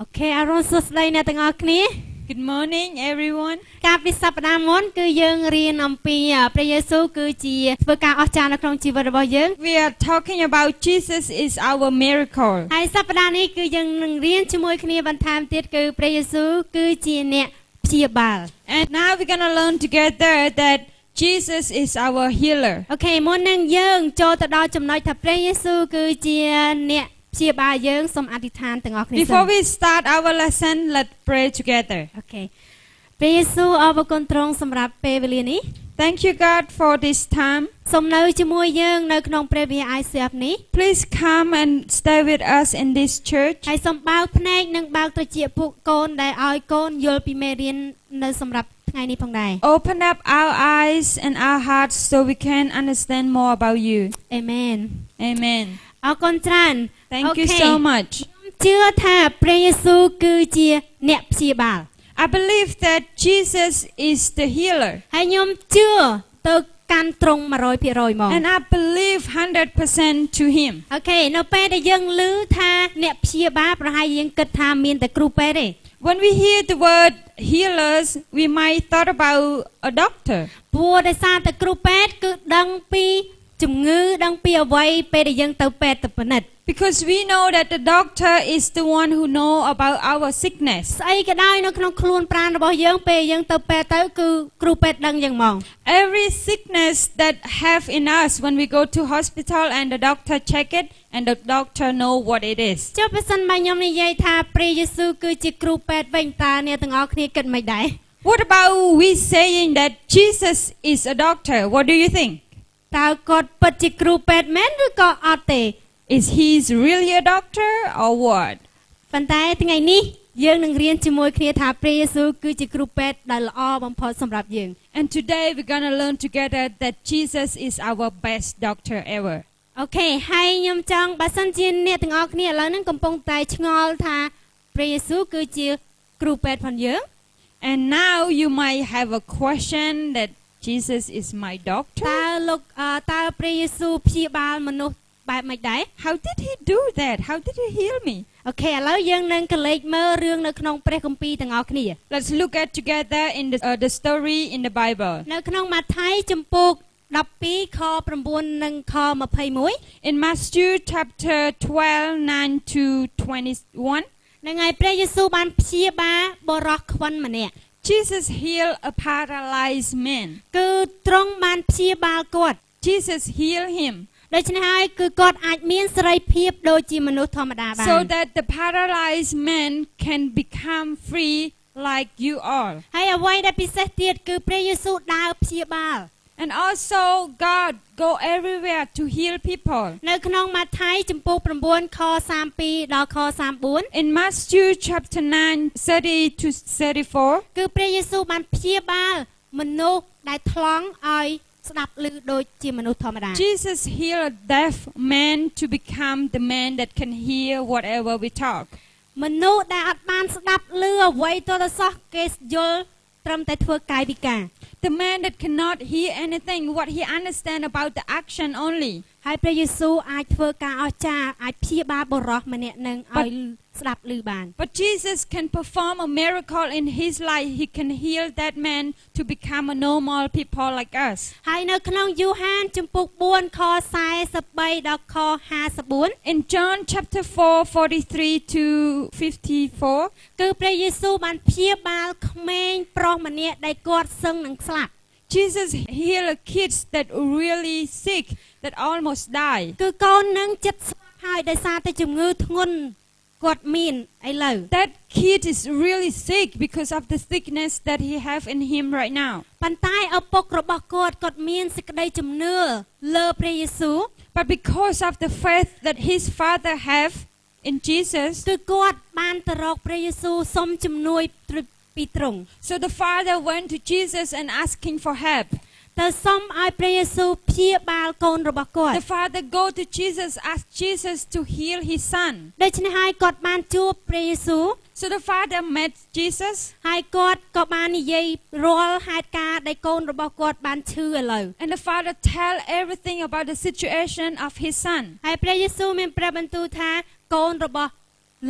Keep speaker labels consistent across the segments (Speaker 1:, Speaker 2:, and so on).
Speaker 1: អូខេអរុណសួស្ដីអ្នកទាំងអស់គ្នា
Speaker 2: Good morning, everyone.
Speaker 1: កាលពីសប្តាហ៍មុនគឺយើងរៀនអំពីព្រះយេស៊ូវគឺជាធ្វើការអស្ចារ្យនៅក្នុងជីវិតរបស់យើង
Speaker 2: We are talking about Jesus is our miracle.
Speaker 1: ហើយសប្តាហ៍នេះគឺយើងនឹងរៀនជាមួយគ្នាបន្ថែមទៀតគឺព្រះយេស៊ូវគឺជាអ្នកព្យាបាល
Speaker 2: And now we're going to learn together that Jesus is our healer.
Speaker 1: អូខេមុននឹងយើងចូលទៅដល់ចំណុចថាព្រះយេស៊ូវគឺជាអ្នកព្យាបាលយើងសូមអធិដ្ឋានទាំងអស់គ្នាសិន
Speaker 2: Before we start our lesson, let's pray together.
Speaker 1: អូខេព្រះយេស៊ូវអរគុណទ្រង់សម្រាប់ពេលវេលានេះ
Speaker 2: Thank you, God, for this time.
Speaker 1: សូមនៅជាមួយយើងនៅក្នុងព្រះវិហារ ICF នេះ
Speaker 2: Please come and stay with us in this church.
Speaker 1: ហើយសូមបើកភ្នែកនិងបើកត្រចៀកពួកកូនដែលឲ្យកូនយល់ពីមេរៀននៅសម្រាប់ថ្ងៃនេះផងដែរ
Speaker 2: Open up our eyes and our hearts so we can understand more about you.
Speaker 1: អេមែន
Speaker 2: Amen.
Speaker 1: អរគុណច្រើន
Speaker 2: Thank you
Speaker 1: Okay.
Speaker 2: so much.
Speaker 1: ខ្ញុំជឿថាព្រះយេស៊ូវគឺជាអ្នកព្យាបាល
Speaker 2: I believe that Jesus is the healer.
Speaker 1: ហើយខ្ញុំជឿទៅកាន់ត្រង់100%មក
Speaker 2: And I believe 100% to him.
Speaker 1: អូខេនៅពេលដែលយើងឮថាអ្នកព្យាបាលប្រហែលយើងគិតថាមានតែគ្រូពេទ្យទេ
Speaker 2: When we hear the word healers, we might thought about a doctor.
Speaker 1: ព្រោះដោយសារតែគ្រូពេទ្យគឺដឹងពីជំងឺដឹងពីអ្វីពេលដែលយើងទៅពេទ្យទៅពិនិត្យ
Speaker 2: Because we know that the doctor is the one who know about our sickness.
Speaker 1: ស្អីក៏ដោយនៅក្នុងខ្លួនប្រាណរបស់យើងពេលយើងទៅពេទ្យទៅគឺគ្រូពេទ្យដឹងយ៉ាងហ្មង
Speaker 2: Every sickness that have in us when we go to hospital and the doctor check it and the doctor know what it is.
Speaker 1: ចុះបើសិនបើខ្ញុំនិយាយថាព្រះយេស៊ូវគឺជាគ្រូពេទ្យវិញតើអ្នកទាំងអស់គ្នាគិតមិនដែរ
Speaker 2: What about we saying that Jesus is a doctor? What do you think?
Speaker 1: តើគាត់ពិតជាគ្រូពេទ្យមែនឬក៏អត់ទេ
Speaker 2: Is he really a doctor or what?
Speaker 1: ប៉ុន្តែថ្ងៃនេះយើងនឹងរៀនជាមួយគ្នាថាព្រះយេស៊ូវគឺជាគ្រូពេទ្យដែលល្អបំផុតសម្រាប់យើង
Speaker 2: And today we're going to learn together that Jesus is our best doctor ever.
Speaker 1: អូខេហើយខ្ញុំចង់បើសិនជាអ្នកទាំងអស់គ្នាឥឡូវហ្នឹងកំពុងតែឆ្ងល់ថាព្រះយេស៊ូវគឺជាគ្រូពេទ្យផងយើង
Speaker 2: And now you might have a question that Jesus is my
Speaker 1: តើ
Speaker 2: doctor.
Speaker 1: លោកអឺតើព្រះយេស៊ូវព្យាបាលមនុស្សបែបម៉េចដែរ
Speaker 2: How did he do that? How did he heal me?
Speaker 1: អូខេឥឡូវយើងនឹងកលេចមើលរឿងនៅក្នុងព្រះគម្ពីរទាំងអស់គ្នា
Speaker 2: Let's look at together in the, uh, the story in the Bible.
Speaker 1: នៅក្នុងម៉ាថាយចំពូក12ខ9និងខ
Speaker 2: In Matthew chapter 12, 9 to 21,
Speaker 1: 21នៅថ្ងៃព្រះយេស៊ូវបានព្យាបាលបរោះខ្វិនម្នាក់
Speaker 2: Jesus healed a paralyzed man.
Speaker 1: គឺទ្រង់បានព្យាបាលគាត់
Speaker 2: Jesus healed him
Speaker 1: ដូច្នេះហើយគឺគាត់អាចមានសេរីភាពដូចជាមនុស្សធម្មតាបាន
Speaker 2: so that the paralyzed man can become free like you are.
Speaker 1: ហើយអ្វីដែលពិសេសទៀតគឺព្រះយេស៊ូវដើរព្យាបាល
Speaker 2: And also, God go everywhere to heal people.
Speaker 1: នៅក្នុងម៉ាថាយចំពូក9ខ32ដល់ខ34
Speaker 2: In Matthew chapter 9, 30 to 34,
Speaker 1: គឺព្រះយេស៊ូវបានព្យាបាលមនុស្សដែលថ្លង់ឲ្យស្ដាប់ឮដូចជាមនុស្សធម្មតា
Speaker 2: Jesus healed a deaf man to become the man that can hear whatever we talk.
Speaker 1: មនុស្សដែលអត់បានស្ដាប់ឮអ្វីទោះតែសោះគេយល់ត្រឹមតែធ្វើកាយវិការ
Speaker 2: The man that cannot hear anything, what he understand about the action only.
Speaker 1: ហើយព្រះយេស៊ូវអាចធ្វើការអស្ចារ្យអាចព្យាបាលបុរសម្នាក់នឹងឲ្យស្ដាប់ឮបាន
Speaker 2: But Jesus can perform a miracle in his life. He can heal that man to become a normal people like us.
Speaker 1: ហើយនៅក្នុងយូហានជំពូក4ខ43ដល់ខ54
Speaker 2: In John chapter 4, 43 to 54,
Speaker 1: គឺព្រះយេស៊ូវបានព្យាបាលក្មេងប្រុសម្នាក់ដែលគាត់សឹងនឹងស្លាប់
Speaker 2: Jesus healed kids that were really sick, that almost die.
Speaker 1: គឺកូននឹងចិត្តស្លាប់ហើយដោយសារតែជំងឺធ្ងន់ គាត់មានឥឡូវ
Speaker 2: That kid is really sick because of the sickness that he have in him right now.
Speaker 1: ប៉ុន្តែឪពុករបស់គាត់គាត់មានសេចក្តីជំនឿលើព្រះយេស៊ូវ
Speaker 2: But because of the faith that his father have in Jesus,
Speaker 1: គឺគាត់បានទៅរកព្រះយេស៊ូវសុំជំនួយត្រឹមពីទ្រង់
Speaker 2: so the father went to Jesus and asking for help.
Speaker 1: ទៅសុំឲ្យព្រះយេស៊ូវព្យាបាលកូនរបស់គាត់
Speaker 2: The father go to Jesus, ask Jesus to heal his son.
Speaker 1: ដូច្នេះហើយគាត់បានជួបព្រះយេស៊ូវ
Speaker 2: So the father met Jesus,
Speaker 1: ហើយគាត់ក៏បាននិយាយរាល់ហេតុការណ៍ដែលកូនរបស់គាត់បានឈឺឥឡូវ
Speaker 2: and the father tell everything about the situation of his son.
Speaker 1: ហើយព្រះយេស៊ូវមានប្រាប់បន្ទូលថាកូនរបស់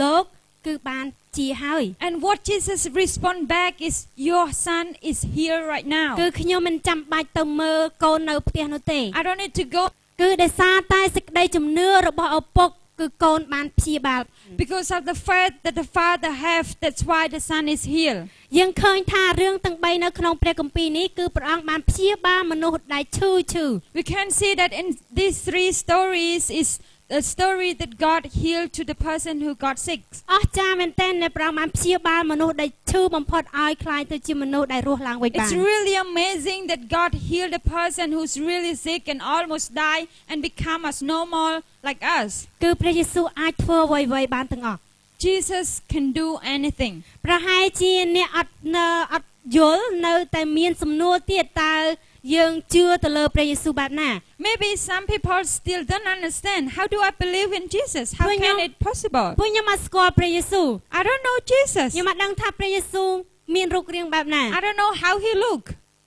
Speaker 1: លោកគឺបានជាហើយ
Speaker 2: And what Jesus respond back is, "Your son is here right
Speaker 1: គឺ
Speaker 2: now.
Speaker 1: ខ្ញុំមិនចាំបាច់ទៅមើលកូននៅផ្ទះនោះទេ
Speaker 2: I don't need to go
Speaker 1: គឺដោយសារតែសេចក្តីជំនឿរបស់ឪពុកគឺកូនបានព្យាបាល
Speaker 2: because of the faith that the father have. That's why the son is healed."
Speaker 1: យើងឃើញថារឿងទាំង3នៅក្នុងព្រះគម្ពីរនេះគឺព្រះអង្គបានព្យាបាលមនុស្សដែលឈឺឈឺ
Speaker 2: We can see that in these three stories is a story that God healed to the person who got sick.
Speaker 1: អស្ចារ្យមែនទែនដែលព្រះអង្គបានព្យាបាលមនុស្សដែលឈឺបំផុតឲ្យคล้ายទៅជាមនុស្សដែលរស់ឡើងវិញបាន
Speaker 2: It's really amazing that God healed a person who's really sick and almost died and become as normal like us.
Speaker 1: គឺព្រះយេស៊ូវអាចធ្វើអ្វីៗបានទាំងអស់
Speaker 2: Jesus can do anything.
Speaker 1: ប្រហែលជាអ្នកអត់នៅអត់យល់នៅតែមានសំណួរទៀតតើយើងជឿទៅលើព្រះយេស៊ូវបែបណា
Speaker 2: Maybe some people still don't understand. How do I believe in Jesus? How
Speaker 1: When
Speaker 2: can
Speaker 1: you-
Speaker 2: it possible?
Speaker 1: ពួកខ្ញុំអត់ស្គាល់ព្រះយេស៊ូវ
Speaker 2: I don't know Jesus.
Speaker 1: ខ្ញុំអត់ដឹងថាព្រះយេស៊ូវមានរូបរាងបែបណា
Speaker 2: I don't know how he look.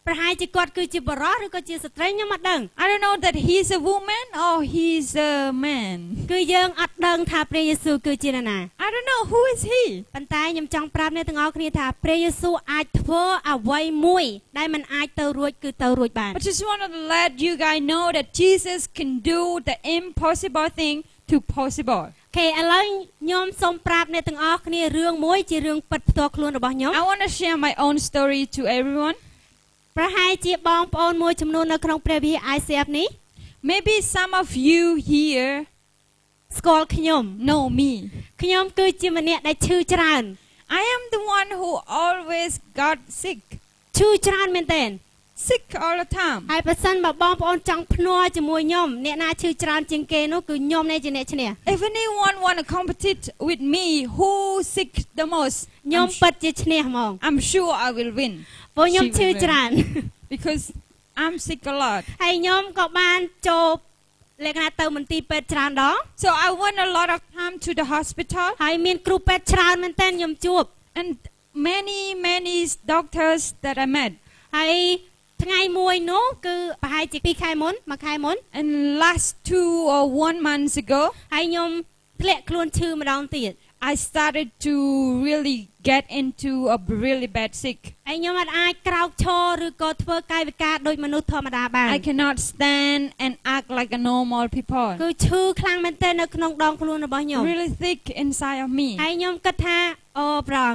Speaker 1: ប្រហែលជាគាត់គឺជាបរិសុទ្ធឬក៏ជាស្ត្រីខ្ញុំអត់ដឹង
Speaker 2: I don't know that he's a woman or he's a man.
Speaker 1: គឺយើងអត់ដឹងថាព្រះយេស៊ូវគឺជានរណា
Speaker 2: I don't know who is he.
Speaker 1: ប៉ុន្តែខ្ញុំចង់ប្រាប់អ្នកទាំងអស់គ្នាថាព្រះយេស៊ូវអាចធ្វើអ្វីមួយដែលមិនអាចទៅរួចគឺទៅរួចបាន
Speaker 2: I just want to let you guys know that Jesus can do the impossible thing to possible.
Speaker 1: គេឥឡូវខ្ញុំសូមប្រាប់អ្នកទាំងអស់គ្នារឿងមួយជារឿងពិតផ្ទាល់ខ្លួនរបស់ខ្ញុំ
Speaker 2: I want to share my own story to everyone.
Speaker 1: ប្រហែលជាបងប្អូនមួយចំនួននៅក្នុងព្រះវិហារ ICF នេះ
Speaker 2: Maybe some of you here
Speaker 1: ស្គាល់ខ្ញុំ
Speaker 2: know me.
Speaker 1: ខ្ញុំគឺជាម្នាក់ដែលឈឺច្រើន
Speaker 2: I am the one who always got sick,
Speaker 1: ឈឺច្រើនមែនទែន
Speaker 2: sick all the time.
Speaker 1: ហើយប្រសិនបើបងប្អូនចង់ភ្នាល់ជាមួយខ្ញុំអ្នកណាឈឺច្រើនជាងគេនោះគឺខ្ញុំនៃជាអ្នកឈ្នះ
Speaker 2: If anyone want to compete with me, who sick the most?
Speaker 1: ខ្ញុំ
Speaker 2: I'm, su-
Speaker 1: ពិតជាឈ្នះហ្មង
Speaker 2: I'm sure I will win
Speaker 1: ព្រោះខ្ញុំឈឺច្រើន
Speaker 2: because I'm sick a lot.
Speaker 1: ហើយខ្ញុំក៏បានចូលលក្ខណៈទៅមន្ទីរពេទ្យច្រើនដង
Speaker 2: So I went a lot of time to the hospital.
Speaker 1: ហើយមានគ្រូពេទ្យច្រើនមែនទែនខ្ញុំជួប
Speaker 2: and many many doctors that I met
Speaker 1: ហើយថ្ងៃមួយនោះគឺប្រហែលជា2ខែមុន1ខែមុន
Speaker 2: and last two or one months ago
Speaker 1: ហើយខ្ញុំធ្លាក់ខ្លួនឈឺម្ដងទៀត
Speaker 2: I started to really get into a really bad sick
Speaker 1: ហើយខ្ញុំអត់អាចក្រោកឈរឬក៏ធ្វើកាយវិការដូចមនុស្សធម្មតាបាន
Speaker 2: I cannot stand and act like a normal people
Speaker 1: គឺឈឺខ្លាំងមែនទែននៅក្នុងដងខ្លួនរបស់ខ្ញុំ
Speaker 2: really thick inside of me
Speaker 1: ហើយខ្ញុំគិតថាអូប្រង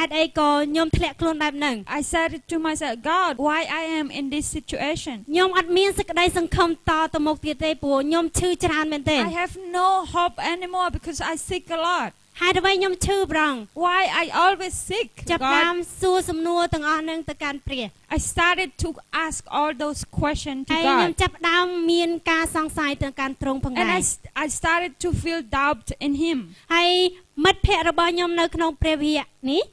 Speaker 1: ហេតុអីក៏ខ្ញុំធ្លាក់ខ្លួនបែបហ្នឹង
Speaker 2: I said to myself God why I am in this situation
Speaker 1: ខ្ញុំអត់មានសេចក្តីសង្ឃឹមតទៅមុខទៀតទេព្រោះខ្ញុំឈឺច្រើនមែនទែន
Speaker 2: I have no hope anymore because I sick a lot
Speaker 1: ហេតុអ្វីខ្ញុំឈឺប្រង
Speaker 2: why I always sick
Speaker 1: ចាប់ផ្ដើម
Speaker 2: God
Speaker 1: សួរសំណួរទាំងអស់ហ្នឹងទៅកាន់ព្រះ
Speaker 2: I started to ask all those questions to
Speaker 1: ហើយខ្ញុំ
Speaker 2: God
Speaker 1: ចាប់ផ្ដើមមានការសង្ស័យទៅកាន់ទ្រង់ផងដែ
Speaker 2: And
Speaker 1: រ
Speaker 2: I, st- I started to feel doubt in him.
Speaker 1: ហើយមិត្តភ័ក្តិរបស់ខ្ញុំនៅក្នុងព្រះវិហារនេះ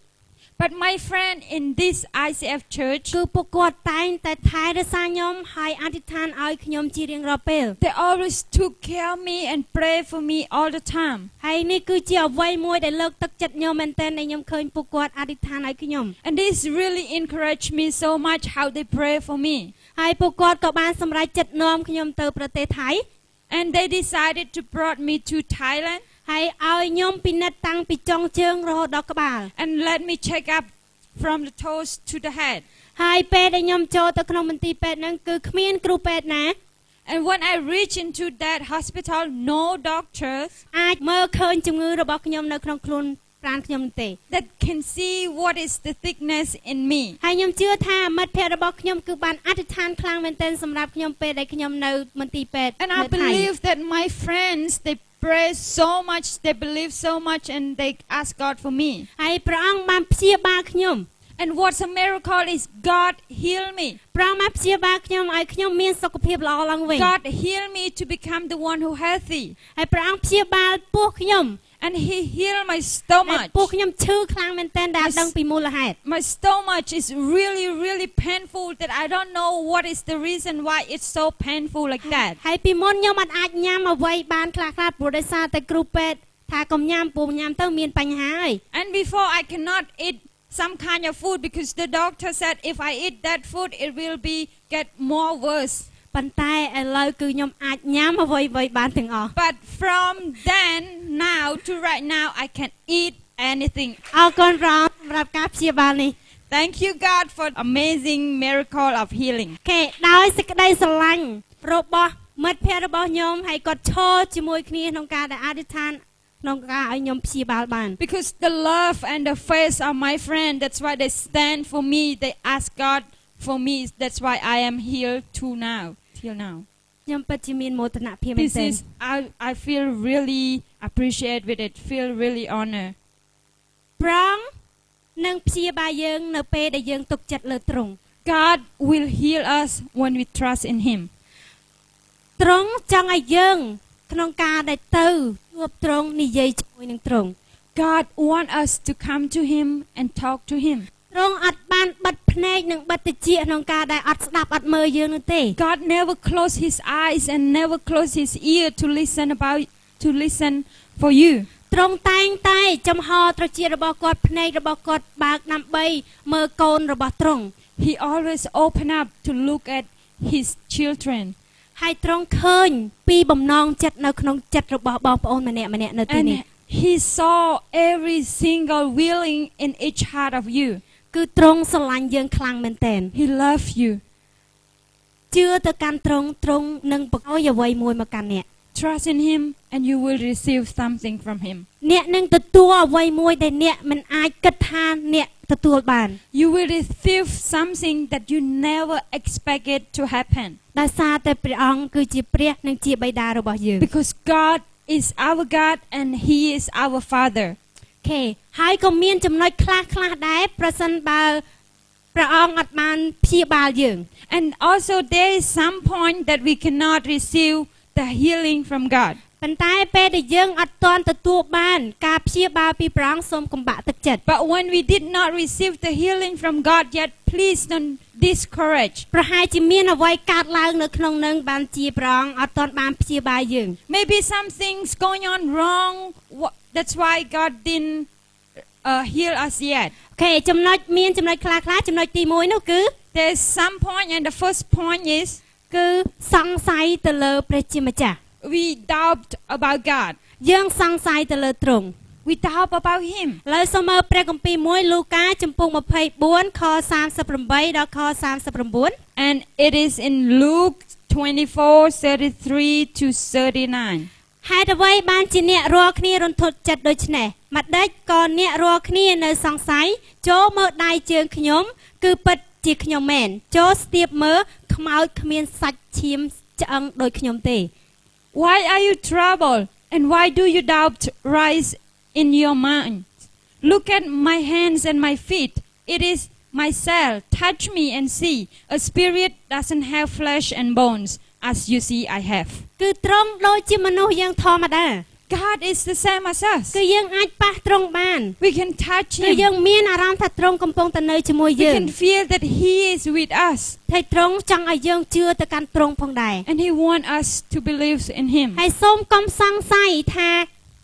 Speaker 2: But my friend in this ICF church,
Speaker 1: គឺពួកគាត់តែងតែថែរក្សាខ្ញុំហើយអធិដ្ឋានឲ្យខ្ញុំជារៀងរាល់ពេល
Speaker 2: they always took care of me and pray for me all the time.
Speaker 1: ហើយនេះគឺជាអ្វីមួយដែលលើកទឹកចិត្តខ្ញុំមែនទែនដែលខ្ញុំឃើញពួកគាត់អធិដ្ឋានឲ្យខ្ញុំ
Speaker 2: And this really encouraged me so much how they pray for me.
Speaker 1: ហើយពួកគាត់ក៏បានសម្រេចចិត្តនាំខ្ញុំទៅប្រទេសថៃ
Speaker 2: And they decided to brought me to Thailand
Speaker 1: ហើយឲ្យខ្ញុំពិនិត្យតាំងពីចុងជើងរហូតដល់ក្បាល
Speaker 2: and let me check up from the toes to the head.
Speaker 1: ហើយពេលដែលខ្ញុំចូលទៅក្នុងមន្ទីរពេទ្យហ្នឹងគឺគ្មានគ្រូពេទ្យណា
Speaker 2: And when I reached into that hospital, no doctors
Speaker 1: អាចមើលឃើញជំងឺរបស់ខ្ញុំនៅក្នុងខ្លួនប្រាណខ្ញុំទេ
Speaker 2: that can see what is the thickness in me.
Speaker 1: ហើយខ្ញុំជឿថាមិត្តភ័ក្តិរបស់ខ្ញុំគឺបានអធិដ្ឋានខ្លាំងមែនទែនសម្រាប់ខ្ញុំពេលដែលខ្ញុំនៅមន្ទីរពេទ្យ
Speaker 2: And
Speaker 1: នៅ
Speaker 2: I
Speaker 1: ថៃ
Speaker 2: believe that my friends they pray so much, they believe so much, and they ask God for me.
Speaker 1: ហើយព្រះអង្គបានព្យាបាលខ្ញុំ
Speaker 2: And what's a miracle is God heal me.
Speaker 1: ព្រះអង្គបានព្យាបាលខ្ញុំឲ្យខ្ញុំមានសុខភាពល្អឡើងវិញ
Speaker 2: God heal me to become the one who healthy.
Speaker 1: ហើយព្រះអង្គព្យាបាលពោះខ្ញុំ
Speaker 2: And He heal
Speaker 1: ហើ
Speaker 2: my
Speaker 1: យ
Speaker 2: stomach.
Speaker 1: ពោះខ្ញុំឈឺខ្លាំងមែនទែនដែល
Speaker 2: Yes.
Speaker 1: ដឹងពីមូលហេតុ
Speaker 2: My stomach is really, really painful that I don't know what is the reason why it's so painful like that.
Speaker 1: ហើយពីមុនខ្ញុំអត់អាចញ៉ាំអ្វីបានខ្លះខ្លះព្រោះដោយសារតែគ្រូពេទ្យថាកុំញ៉ាំពោះញ៉ាំទៅមានបញ្ហាហើយ
Speaker 2: And before I cannot eat some kind of food because the doctor said if I eat that food it will be get more worse.
Speaker 1: ប៉ុន្តែឥឡូវគឺខ្ញុំអាចញ៉ាំអ្វីៗបានទាំងអស់
Speaker 2: But from then now to right now I can eat anything.
Speaker 1: អរគុណព្រះអង្គសម្រាប់ការព្យាបាលនេះ
Speaker 2: Thank you God for amazing miracle of healing.
Speaker 1: គេដោយសេចក្តីស្រឡាញ់របស់មិត្តភ័ក្តិរបស់ខ្ញុំហើយគាត់ឈរជាមួយគ្នាក្នុងការដែលអធិដ្ឋានក្នុងការឲ្យខ្ញុំព្យាបាលបាន
Speaker 2: Because the love and the faith of my friend, that's why they stand for me. They ask God for me. That's why I am here to now, till now.
Speaker 1: ខ្ញុំពិតជាមានមោទនភាពមែន
Speaker 2: This
Speaker 1: ទែន
Speaker 2: is I, I feel really appreciate with it. Feel really honor.
Speaker 1: ប្រងនឹងព្យាបាលយើងនៅពេលដែលយើងទុកចិត្តលើទ្រង់
Speaker 2: God will heal us when we trust in Him.
Speaker 1: ទ្រង់ចង់ឲ្យយើង ក្នុងការដែលទៅជួបទ្រង់និយាយជាមួយនឹងទ្រង់
Speaker 2: God want us to come to Him and talk to Him.
Speaker 1: ទ្រង់អត់បានបិទភ្នែកនិងបិទត្រចៀកក្នុងការដែលអត់ស្ដាប់អត់មើលយើងនោះទេ
Speaker 2: God never close His eyes and never close His ear to listen about to listen for you.
Speaker 1: ទ្រង់តែងតែចំហត្រចៀករបស់គាត់ភ្នែករបស់គាត់បើកដើម្បីមើលកូនរបស់ទ្រង់
Speaker 2: He always open up to look at His children.
Speaker 1: ហើយទ្រង់ឃើញ ពីបំណងចិត្តនៅក្នុងចិត្តរបស់បងប្អូនម្នាក់ម្នាក់នៅទីនេះ
Speaker 2: And he saw every single willing in each heart of you.
Speaker 1: គឺទ្រង់ស្រឡាញ់យើងខ្លាំងមែនទែន
Speaker 2: He loved you.
Speaker 1: ជឿទៅកាន់ទ្រង់ទ្រង់នឹងបង្អុយអ្វីមួយមកកាន់អ្នក
Speaker 2: Trust in him and you will receive something from him.
Speaker 1: អ្នកនឹងទទួលអ្វីមួយដែលអ្នកមិនអាចគិតថាអ្នកទទួលបាន
Speaker 2: You will receive something that you never expected to happen.
Speaker 1: ដោយសារតែព្រះអង្គគឺជាព្រះនិងជាបិតារបស់យើង
Speaker 2: Because God is our God and he is our Father.
Speaker 1: ខេហើយក៏មានចំណុចខ្លះខ្លះដែរប្រសិនបើព្រះអង្គអត់បានព្យាបាលយើង
Speaker 2: And also there is some point that we cannot receive the healing from God.
Speaker 1: ប៉ុន្តែពេលដែលយើងអត់ទាន់ទទួលបាន ការព្យាបាលពីព្រះអង្គសូមកំបាក់ទឹកចិត្ត
Speaker 2: But when we did not receive the healing from God yet, please don't discourage.
Speaker 1: ប្រហែលជាមានអ្វីកើតឡើងនៅក្នុងនឹងបានជាព្រះអង្គអត់ទាន់បានព្យាបាលយើង
Speaker 2: Maybe something's going on wrong. Wha- That's why God didn't uh, heal us yet.
Speaker 1: ខេចំណុចមានចំណុចខ្លះខ្លះៗចំណុចទី1នោះគឺ
Speaker 2: There's some point, and the first point is
Speaker 1: គឺសង្ស័យទៅលើព្រះជាម្ចាស់
Speaker 2: we doubt about God.
Speaker 1: យើងសង្ស័យទៅលើទ្រង់
Speaker 2: We doubt about Him.
Speaker 1: ឥឡូវសូមមើលព្រះគម្ពីរមួយលូកាចំពុក24ខ38ដល់ខ39
Speaker 2: And it is in Luke 24 33 to 39.
Speaker 1: ហេតុអ្វីបានជាអ្នករាល់គ្នារន្ធត់ចិត្តដូច្នេះម្ដេចក៏អ្នករាល់គ្នានៅសង្ស័យចូលមើលដៃជើងខ្ញុំ គឺពិតជាខ្ញុំមែនចូលស្ទាបមើលខ្មោចគ្មានសាច់ឈាមឆ្អឹងដូចខ្ញុំទេ
Speaker 2: Why are you troubled? And why do your doubt rise in your mind? Look at my hands and my feet. It is myself. Touch me and see. A spirit doesn't have flesh and bones, as you see I have.
Speaker 1: គឺត្រង់ដូចជាមនុស្សយើងធម្មតា
Speaker 2: God is the same as us.
Speaker 1: គឺយើងអាចប៉ះត្រង់បាន
Speaker 2: We can touch
Speaker 1: គឺយើង
Speaker 2: Him.
Speaker 1: មានអារម្មណ៍ថាទ្រង់កំពុងតែនៅជាមួយយើ
Speaker 2: We
Speaker 1: ង
Speaker 2: can feel that He is with us.
Speaker 1: ហើយទ្រង់ចង់ឲ្យយើងជឿទៅកាន់ទ្រង់ផងដែរ
Speaker 2: And He wants us to believe in Him.
Speaker 1: ហើយសូមកុំសង្ស័យថា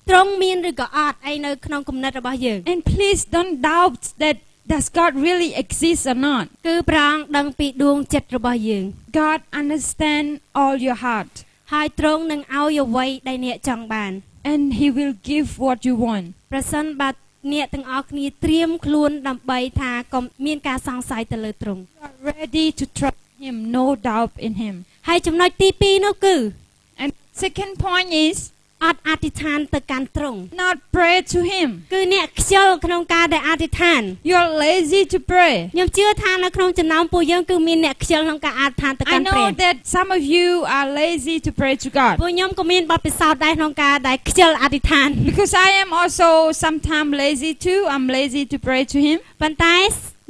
Speaker 1: ទ្រង់មានឬក៏អត់អីនៅក្នុងគំនិតរបស់យើង
Speaker 2: And please don't doubt that does God really exist or not.
Speaker 1: គឺព្រះអង្គដឹងពីដួងចិត្តរបស់យើង
Speaker 2: God understands all your heart.
Speaker 1: ហើយទ្រង់នឹងឲ្យអ្វីដែលអ្នកចង់បាន
Speaker 2: and he will give what you want
Speaker 1: ប្រសិនបើអ្នកទាំងអស់គ្នាត្រៀមខ្លួនដើម្បីថាកុំមានការសង្ស័យទៅលើទ្រង់
Speaker 2: you are ready to trust him no doubt in him
Speaker 1: ហើយចំណុចទី2នោះគឺ
Speaker 2: and second point is
Speaker 1: អត់អធិដ្ឋានទៅកាន់ទ្រង់
Speaker 2: not pray to Him.
Speaker 1: គឺអ្នកខ្ជិលក្នុងការដែលអធិដ្ឋាន
Speaker 2: You're lazy to pray.
Speaker 1: ខ្ញុំជឿថានៅក្នុងចំណោមពួកយើងគឺមានអ្នកខ្ជិលក្នុងការអធិដ្ឋានទៅ
Speaker 2: I
Speaker 1: កាន់ព្រះ
Speaker 2: know that some of you are lazy to pray to God
Speaker 1: ពួកខ្ញុំក៏មានបទពិសោធន៍ដែរក្នុងការដែលខ្ជិលអធិដ្ឋាន
Speaker 2: because I am also sometimes lazy too. I'm lazy to pray to Him.
Speaker 1: ប៉ុន្តែ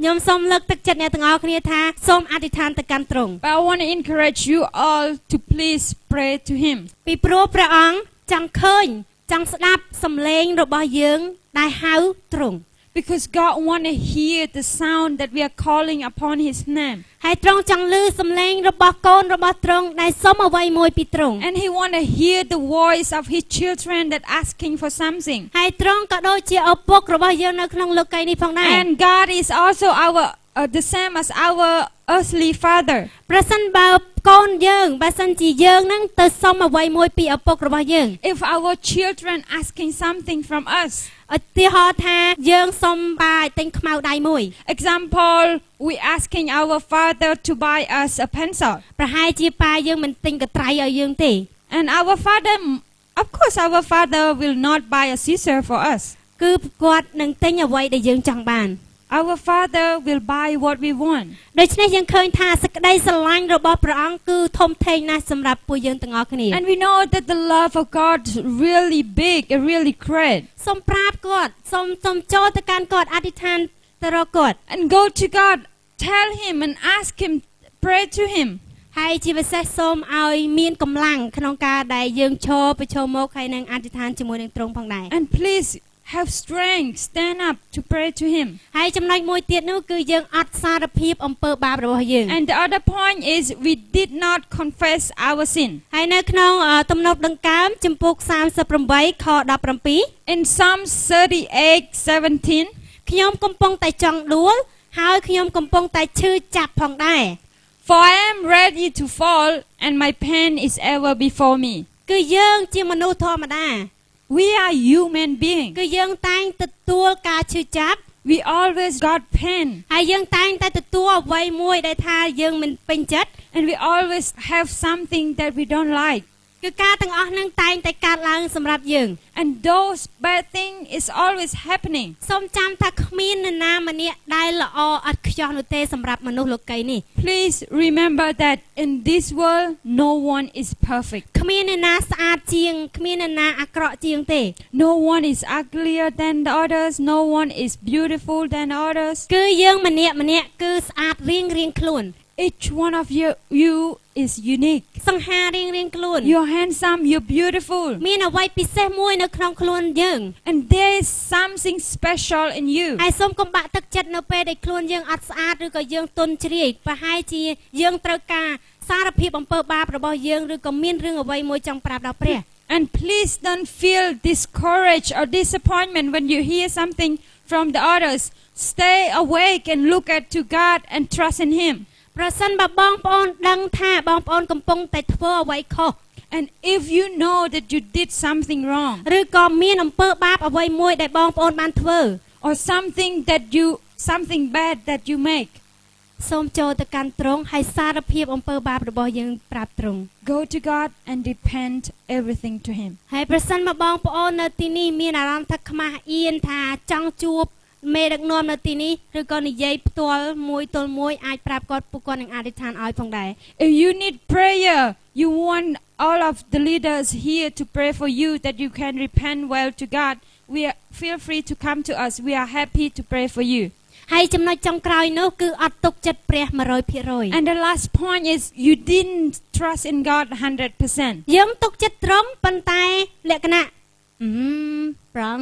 Speaker 1: ខ្ញុំសូមលើកទឹកចិត្តអ្នកទាំងអស់គ្នាថាសូមអធិដ្ឋានទៅកាន់ទ្រង់
Speaker 2: But I want to encourage you all to please pray to Him
Speaker 1: ពីព្រោះព្រះអង្គចង់ឃើញចង់ស្ដាប់សំឡេងរបស់យើងដែលហៅទ្រង់
Speaker 2: because God want to hear the sound that we are calling upon His name,
Speaker 1: ហើយទ្រង់ចង់ឮសំឡេងរបស់កូនរបស់ទ្រង់ដែលសុំអ្វីមួយពីទ្រង់
Speaker 2: and He want to hear the voice of His children that asking for something.
Speaker 1: ហើយទ្រង់ក៏ដូចជាឪពុករបស់យើងនៅក្នុងលោកីយ៍នេះផងដែរ
Speaker 2: And God is also our uh, the same as our earthly Father.
Speaker 1: ប្រសិនបើកូនយើងបើសិនជាយើងនឹងទៅសុំអ្វីមួយពីឪពុករបស់យើង
Speaker 2: If our children asking something from us,
Speaker 1: ឧទាហរណ៍ថាយើងសុំបាយទិញខ្មៅដៃមួយ
Speaker 2: example, we asking our father to buy us a pencil,
Speaker 1: ប្រហែលជាប៉ាយើងមិនទិញកន្ត្រៃឲ្យយើងទេ
Speaker 2: and our father, of course, our father will not buy a scissor for us.
Speaker 1: គឺគាត់នឹងទិញអ្វីដែលយើងចង់បាន
Speaker 2: Our Father will buy what we want.
Speaker 1: ដូច្នេះយើងឃើញថាសេចក្តីស្រឡាញ់របស់ព្រះអង្គគឺធំធេងណាស់សម្រាប់ពួកយើងទាំងអស់គ្នា
Speaker 2: And we know that the love of God really big and really great.
Speaker 1: សូមប្រាប់គាត់សូមសូមចូលទៅកាន់គាត់អធិដ្ឋានទៅរកគាត់
Speaker 2: And go to God, tell Him and ask Him, pray to Him.
Speaker 1: ហើយជាពិសេសសូមឲ្យមានកម្លាំងក្នុងការដែលយើងឈរប្រឈមមុខហើយនឹងអធិដ្ឋានជាមួយនឹងទ្រង់ផងដែរ
Speaker 2: And please have strength, stand up to pray to Him.
Speaker 1: ហើយចំណុចមួយទៀតនោះគឺយើងអត់សារភាពអំពើបាបរបស់យើង
Speaker 2: And the other point is we did not confess our sin.
Speaker 1: ហើយនៅក្នុងអឺទំនុកដង្កើមចំពុក38ខ17
Speaker 2: In Psalm 38, 17,
Speaker 1: ខ្ញុំកំពុងតែចង់ដួលហើយខ្ញុំកំពុងតែឈឺចាប់ផងដែរ
Speaker 2: For I am ready to fall, and my pain is ever before me.
Speaker 1: គឺយើងជាមនុស្សធម្មតា
Speaker 2: We are human beings.
Speaker 1: គឺយើងតែងទទួលការឈឺចាប់
Speaker 2: We always got pain.
Speaker 1: ហើយយើងតែងតែទទួលអ្វីមួយដែលថាយើងមិនពេញចិត្ត
Speaker 2: And we always have something that we don't like.
Speaker 1: គឺការទាំងអស់ហ្នឹងតែងតែកើតឡើងសម្រាប់យើង
Speaker 2: And those bad things is always happening.
Speaker 1: សូមចាំថាគ្មាននរណាម្នាក់ដែលល្អឥតខ្ចោះនោះទេសម្រាប់មនុស្សលោកីយ៍នេះ
Speaker 2: Please remember that in this world, no one is perfect.
Speaker 1: គ្មាននរណាស្អាតជាងគ្មាននរណាអាក្រក់ជាងទេ
Speaker 2: No one is uglier than the others. No one is beautiful than others.
Speaker 1: គឺយើងម្នាក់ម្នាក់គឺស្អាតរៀងរៀងខ្លួន
Speaker 2: Each one of you, you is unique.
Speaker 1: សង្ហារៀងរៀងខ្លួន
Speaker 2: You're handsome. You're beautiful.
Speaker 1: មានអ្វីពិសេសមួយនៅក្នុងខ្លួនយើង
Speaker 2: And there is something special in you.
Speaker 1: ហើយសូមកុំបាក់ទឹកចិត្តនៅពេលដែលខ្លួនយើងអត់ស្អាតឬក៏យើងទន់ជ្រាយប្រហែលជាយើងត្រូវការសារភាពអំពើបាបរបស់យើងឬក៏មានរឿងអ្វីមួយចង់ប្រាប់ដល់ព្រះ
Speaker 2: And please don't feel discouraged or disappointment when you hear something from the others. Stay awake and look at to God and trust in Him.
Speaker 1: ប្រសិនបើបងប្អូនដឹងថាបងប្អូនកំពុងតែធ្វើអ្វីខុស
Speaker 2: And if you know that you did something wrong
Speaker 1: ឬក៏មានអំពើបាបអ្វីមួយដែលបងប្អូនបានធ្វើ
Speaker 2: or something that you something bad that you make,
Speaker 1: សូមចូលទៅកាន់ទ្រង់ហើយសារភាពអំពើបាបរបស់យើងប្រាប់ទ្រង់
Speaker 2: go to God and repent everything to Him.
Speaker 1: ហើយប្រសិនមកបងប្អូននៅទីនេះមានអារម្មណ៍ថាខ្មាស់អៀនថាចង់ជួបមេដឹកនាំនៅទីនេះឬក៏និយាយផ្ទាល់មួយទល់មួយអាចប្រាប់គាត់ពួកគាត់នឹងអធិដ្ឋានឲ្យផងដែរ
Speaker 2: If you need prayer, you want all of the leaders here to pray for you that you can repent well to God. We are, feel free to come to us. We are happy to pray for you.
Speaker 1: ហើយចំណុចចុងក្រោយនោះគឺអត់ទុកចិត្តព្រះ100%
Speaker 2: And the last point is you didn't trust in God 100%.
Speaker 1: យើងទុកចិត្តត្រង់ប៉ុន្តែលក្ខណៈអឺមប្រង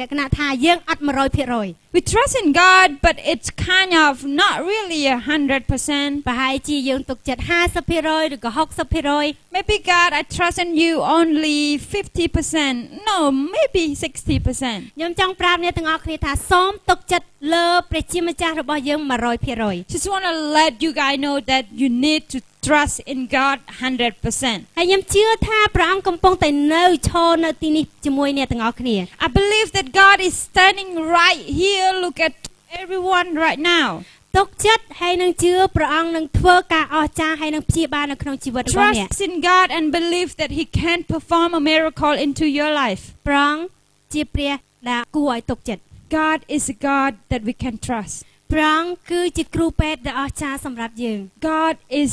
Speaker 1: លក្ខណៈថាយើងអត់100%
Speaker 2: We trust in God, but it's kind of not really a 100%.
Speaker 1: ប្រហែលជាយើងទុកចិត្ត50%ឬក៏60%
Speaker 2: Maybe God, I trust in you only 50%. No, maybe 60%.
Speaker 1: ខ្ញុំចង់ប្រាប់អ្នកទាំងអស់គ្នាថាសូមទុកចិត្តលើព្រះជាម្ចាស់របស់យើង100%
Speaker 2: Just want to let you guys know that you need to trust in God 100%.
Speaker 1: ហើយខ្ញុំជឿថាព្រះអង្គកំពុងតែនៅឈរនៅទីនេះជាមួយអ្នកទាំងអស់គ្នា
Speaker 2: I believe that God is standing right here. Look at everyone right now.
Speaker 1: ទុកចិត្តហើយនឹងជឿព្រះអង្គនឹងធ្វើការអស្ចារ្យហើយនឹងព្យាបាលនៅក្នុងជីវិតរបស់អ្នក
Speaker 2: Trust in God and believe that He can perform a miracle into your life.
Speaker 1: ព្រះអង្គជាព្រះដែលគួរឲ្យទុកចិត្ត
Speaker 2: God is a God that we can trust.
Speaker 1: ព្រះអង្គគឺជាគ្រូពេទ្យដ៏អស្ចារ្យសម្រាប់យើង
Speaker 2: God is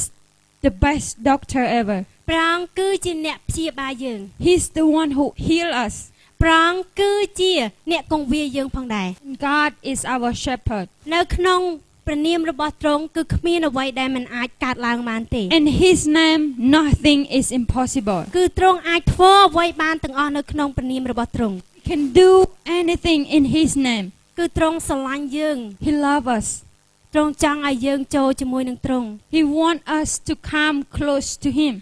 Speaker 2: the best doctor ever.
Speaker 1: ព្រះអង្គគឺជាអ្នកព្យាបាលយើង
Speaker 2: He's the one who heals us.
Speaker 1: ព្រះអង្គគឺជាអ្នកគង្វាលយើងផងដែរ
Speaker 2: God is our shepherd.
Speaker 1: នៅក្នុងព្រះនាមរបស់ទ្រង់គឺគ្មានអ្វីដែលមិនអាចកើតឡើងបានទេ
Speaker 2: In His name, nothing is impossible.
Speaker 1: គឺទ្រង់អាចធ្វើអ្វីបានទាំងអស់នៅក្នុងព្រះនាមរបស់ទ្រង់
Speaker 2: We can do anything in His name.
Speaker 1: គឺទ្រង់ស្រឡាញ់យើង
Speaker 2: He loves us.
Speaker 1: ទ្រង់ចង់ឲ្យយើងចូលជាមួយនឹងទ្រង់
Speaker 2: He wants us to come close to Him.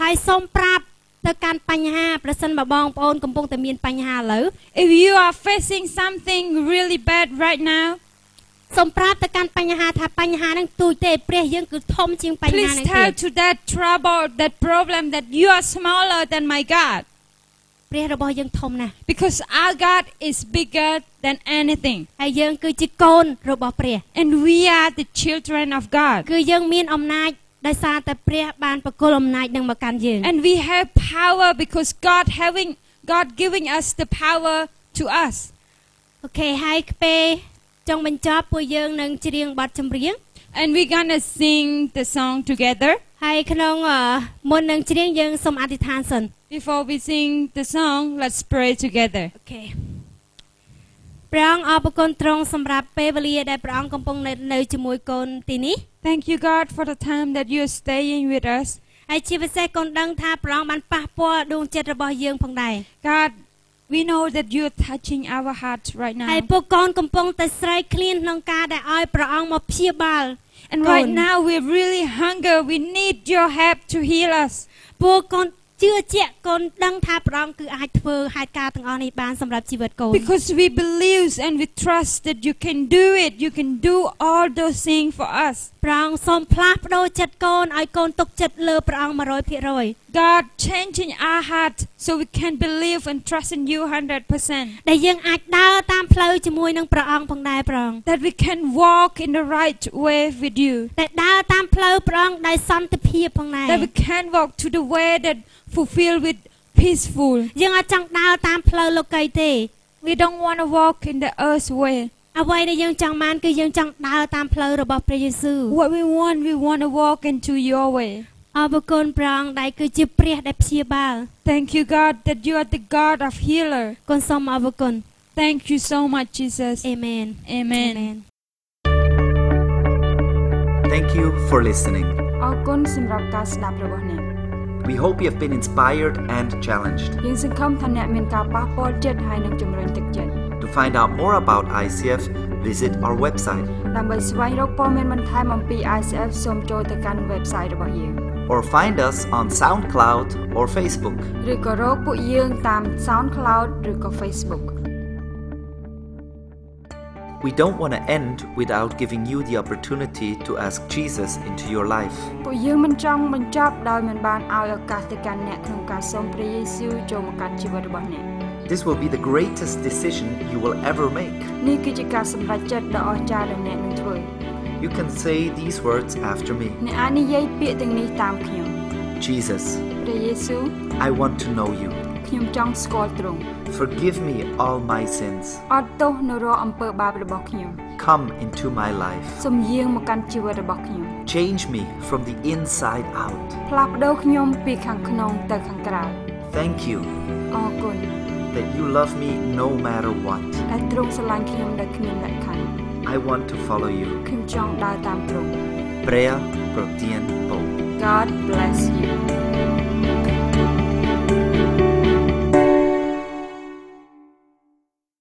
Speaker 1: ហើយសូមប្រាប់ទៅកាន់បញ្ហាប្រសិនបើបងប្អូនកំពុងតែមានបញ្ហាឥឡូវ
Speaker 2: If you are facing something really bad right now,
Speaker 1: សូមប្រាប់ទៅកាន់បញ្ហាថាបញ្ហាហ្នឹងទូចទេព្រះយើងគឺធំជាងបញ្ហា
Speaker 2: please
Speaker 1: ហ្នឹងទេ
Speaker 2: tell to that trouble, that problem that you are smaller than my God.
Speaker 1: ព្រះរបស់យើងធំណាស់
Speaker 2: Because our God is bigger than anything.
Speaker 1: ហើយយើងគឺជាកូនរបស់ព្រះ
Speaker 2: And we are the children of God.
Speaker 1: គឺយើងមានអំណាចដោយសារតែព្រះបានប្រគល់អំណាចនឹងមកកាន់យើង
Speaker 2: And we have power because God having God giving us the power to us.
Speaker 1: អូខេហើយពេលចង់បញ្ចប់ពួកយើងនឹងច្រៀងបទចម្រៀង
Speaker 2: And we're gonna sing the song together.
Speaker 1: ហើយក្នុងអឺមុននឹងច្រៀងយើងសូមអធិដ្ឋានសិន
Speaker 2: Before we sing the song, let's pray together.
Speaker 1: អូខេព្រះអង្គអរគុណទ្រង់សម្រាប់ពេលវេលាដែលព្រះអង្គកំពុងនៅនៅជាមួយកូនទីនេះ
Speaker 2: Thank you, God, for the time that you're staying with us.
Speaker 1: ហើយជាពិសេសកូនដឹងថាព្រះអង្គបានប៉ះពាល់ដួងចិត្តរបស់យើងផងដែរ
Speaker 2: God, we know that you're touching our hearts right
Speaker 1: ហើយ
Speaker 2: now.
Speaker 1: ពួកកូនកំពុងតែស្រែកឃ្លានក្នុងការដែលឲ្យព្រះអង្គមកព្យាបាល
Speaker 2: And right
Speaker 1: Gone.
Speaker 2: now we really hunger. We need your help to heal us.
Speaker 1: ពួកកូនជឿជាក់កូនដឹងថាព្រះអង្គគឺអាចធ្វើហេតុការណ៍ទាំងអស់នេះបានសម្រាប់ជីវិត កូន
Speaker 2: Because we believe and we trust that you can do it. You can do all those things for us.
Speaker 1: ព្រះអង្គសូមផ្លាស់ប្ដូរចិត្តកូនឲ្យកូនទុកចិត្តលើព្រះអង្គ100%
Speaker 2: God, changing our heart so we can believe and trust in you 100%.
Speaker 1: ដែលយើងអាចដើរតាមផ្លូវជាមួយនឹងព្រះអង្គផងដែរព្រះអង្គ
Speaker 2: That we can walk in the right way with you.
Speaker 1: តែដើរតាមផ្លូវព្រះអង្គដោយសន្តិភាពផងដែរ
Speaker 2: That we can walk to the way that fulfilled with peaceful.
Speaker 1: យើងអាចចង់ដើរតាមផ្លូវលោកីទេ
Speaker 2: We don't want to walk in the earth's way.
Speaker 1: អ្វីដែលយើងចង់បានគឺយើងចង់ដើរតាមផ្លូវរបស់ព្រះយេស៊ូវ
Speaker 2: What we want, we want to walk into your way.
Speaker 1: អរគុណព្រះអង្គដែលគឺជាព្រះដែលព្យាបាល
Speaker 2: Thank you, God, that you are the God of healer.
Speaker 1: កូនសូមអរគុណ
Speaker 2: Thank you so much, Jesus.
Speaker 1: អេមែន
Speaker 2: Amen.
Speaker 3: Thank you for listening.
Speaker 4: អរគុណសម្រាប់ការស្ដាប់របស់អ្នក
Speaker 3: We hope you have been inspired and challenged.
Speaker 4: យើងសង្ឃឹមថាអ្នកមានការប៉ះពាល់ចិត្តហើយនឹងជំរុញទឹកចិត្ត
Speaker 3: To find out more about ICF, visit our website
Speaker 4: ដើម្បីស្វែងរកព័ត៌មានបន្ថែមអំពី ICF សូមចូលទៅកាន់ website របស់យើង
Speaker 3: or find us on SoundCloud or Facebook.
Speaker 4: ឬក៏រកពួកយើងតាម SoundCloud ឬក៏ Facebook
Speaker 3: We don't want to end without giving you the opportunity to ask Jesus into your life.
Speaker 4: ពួកយើងមិនចង់បញ្ចប់ដោយមិនបានឲ្យឱកាសទៅកាន់អ្នកក្នុងការសូមព្រះយេស៊ូវចូលមកកាន់ជីវិតរបស់អ្នក
Speaker 3: This will be the greatest decision you will ever make.
Speaker 4: នេះគឺជាការសម្រេចចិត្តដ៏អស្ចារ្យដែលអ្នកនឹងធ្វើ
Speaker 3: You can say these words after me
Speaker 4: អ្នកអាចនិយាយពាក្យទាំងនេះតាមខ្ញុំ
Speaker 3: Jesus,
Speaker 4: ព្រះយេស៊ូវ
Speaker 3: I want to know you.
Speaker 4: ខ្ញុំចង់ស្គាល់ទ្រង់
Speaker 3: Forgive me all my sins.
Speaker 4: អត់ទោសនៅរាល់អំពើបាបរបស់ខ្ញុំ
Speaker 3: Come into my life.
Speaker 4: សូមយាងមកកាន់ជីវិតរបស់ខ្ញុំ
Speaker 3: Change me from the inside out.
Speaker 4: ផ្លាស់ប្ដូរខ្ញុំពីខាងក្នុងទៅខាងក្រៅ
Speaker 3: Thank you
Speaker 4: អរគុណ
Speaker 3: that you love me no matter what.
Speaker 4: ដែលទ្រង់ស្រឡាញ់ខ្ញុំដោយគ្មានលក្ខខណ្ឌ
Speaker 3: I want to follow you.
Speaker 4: ខ្ញុំចង់ដើរតាមទ្រង់
Speaker 3: Prea pro tiempo.
Speaker 4: God bless you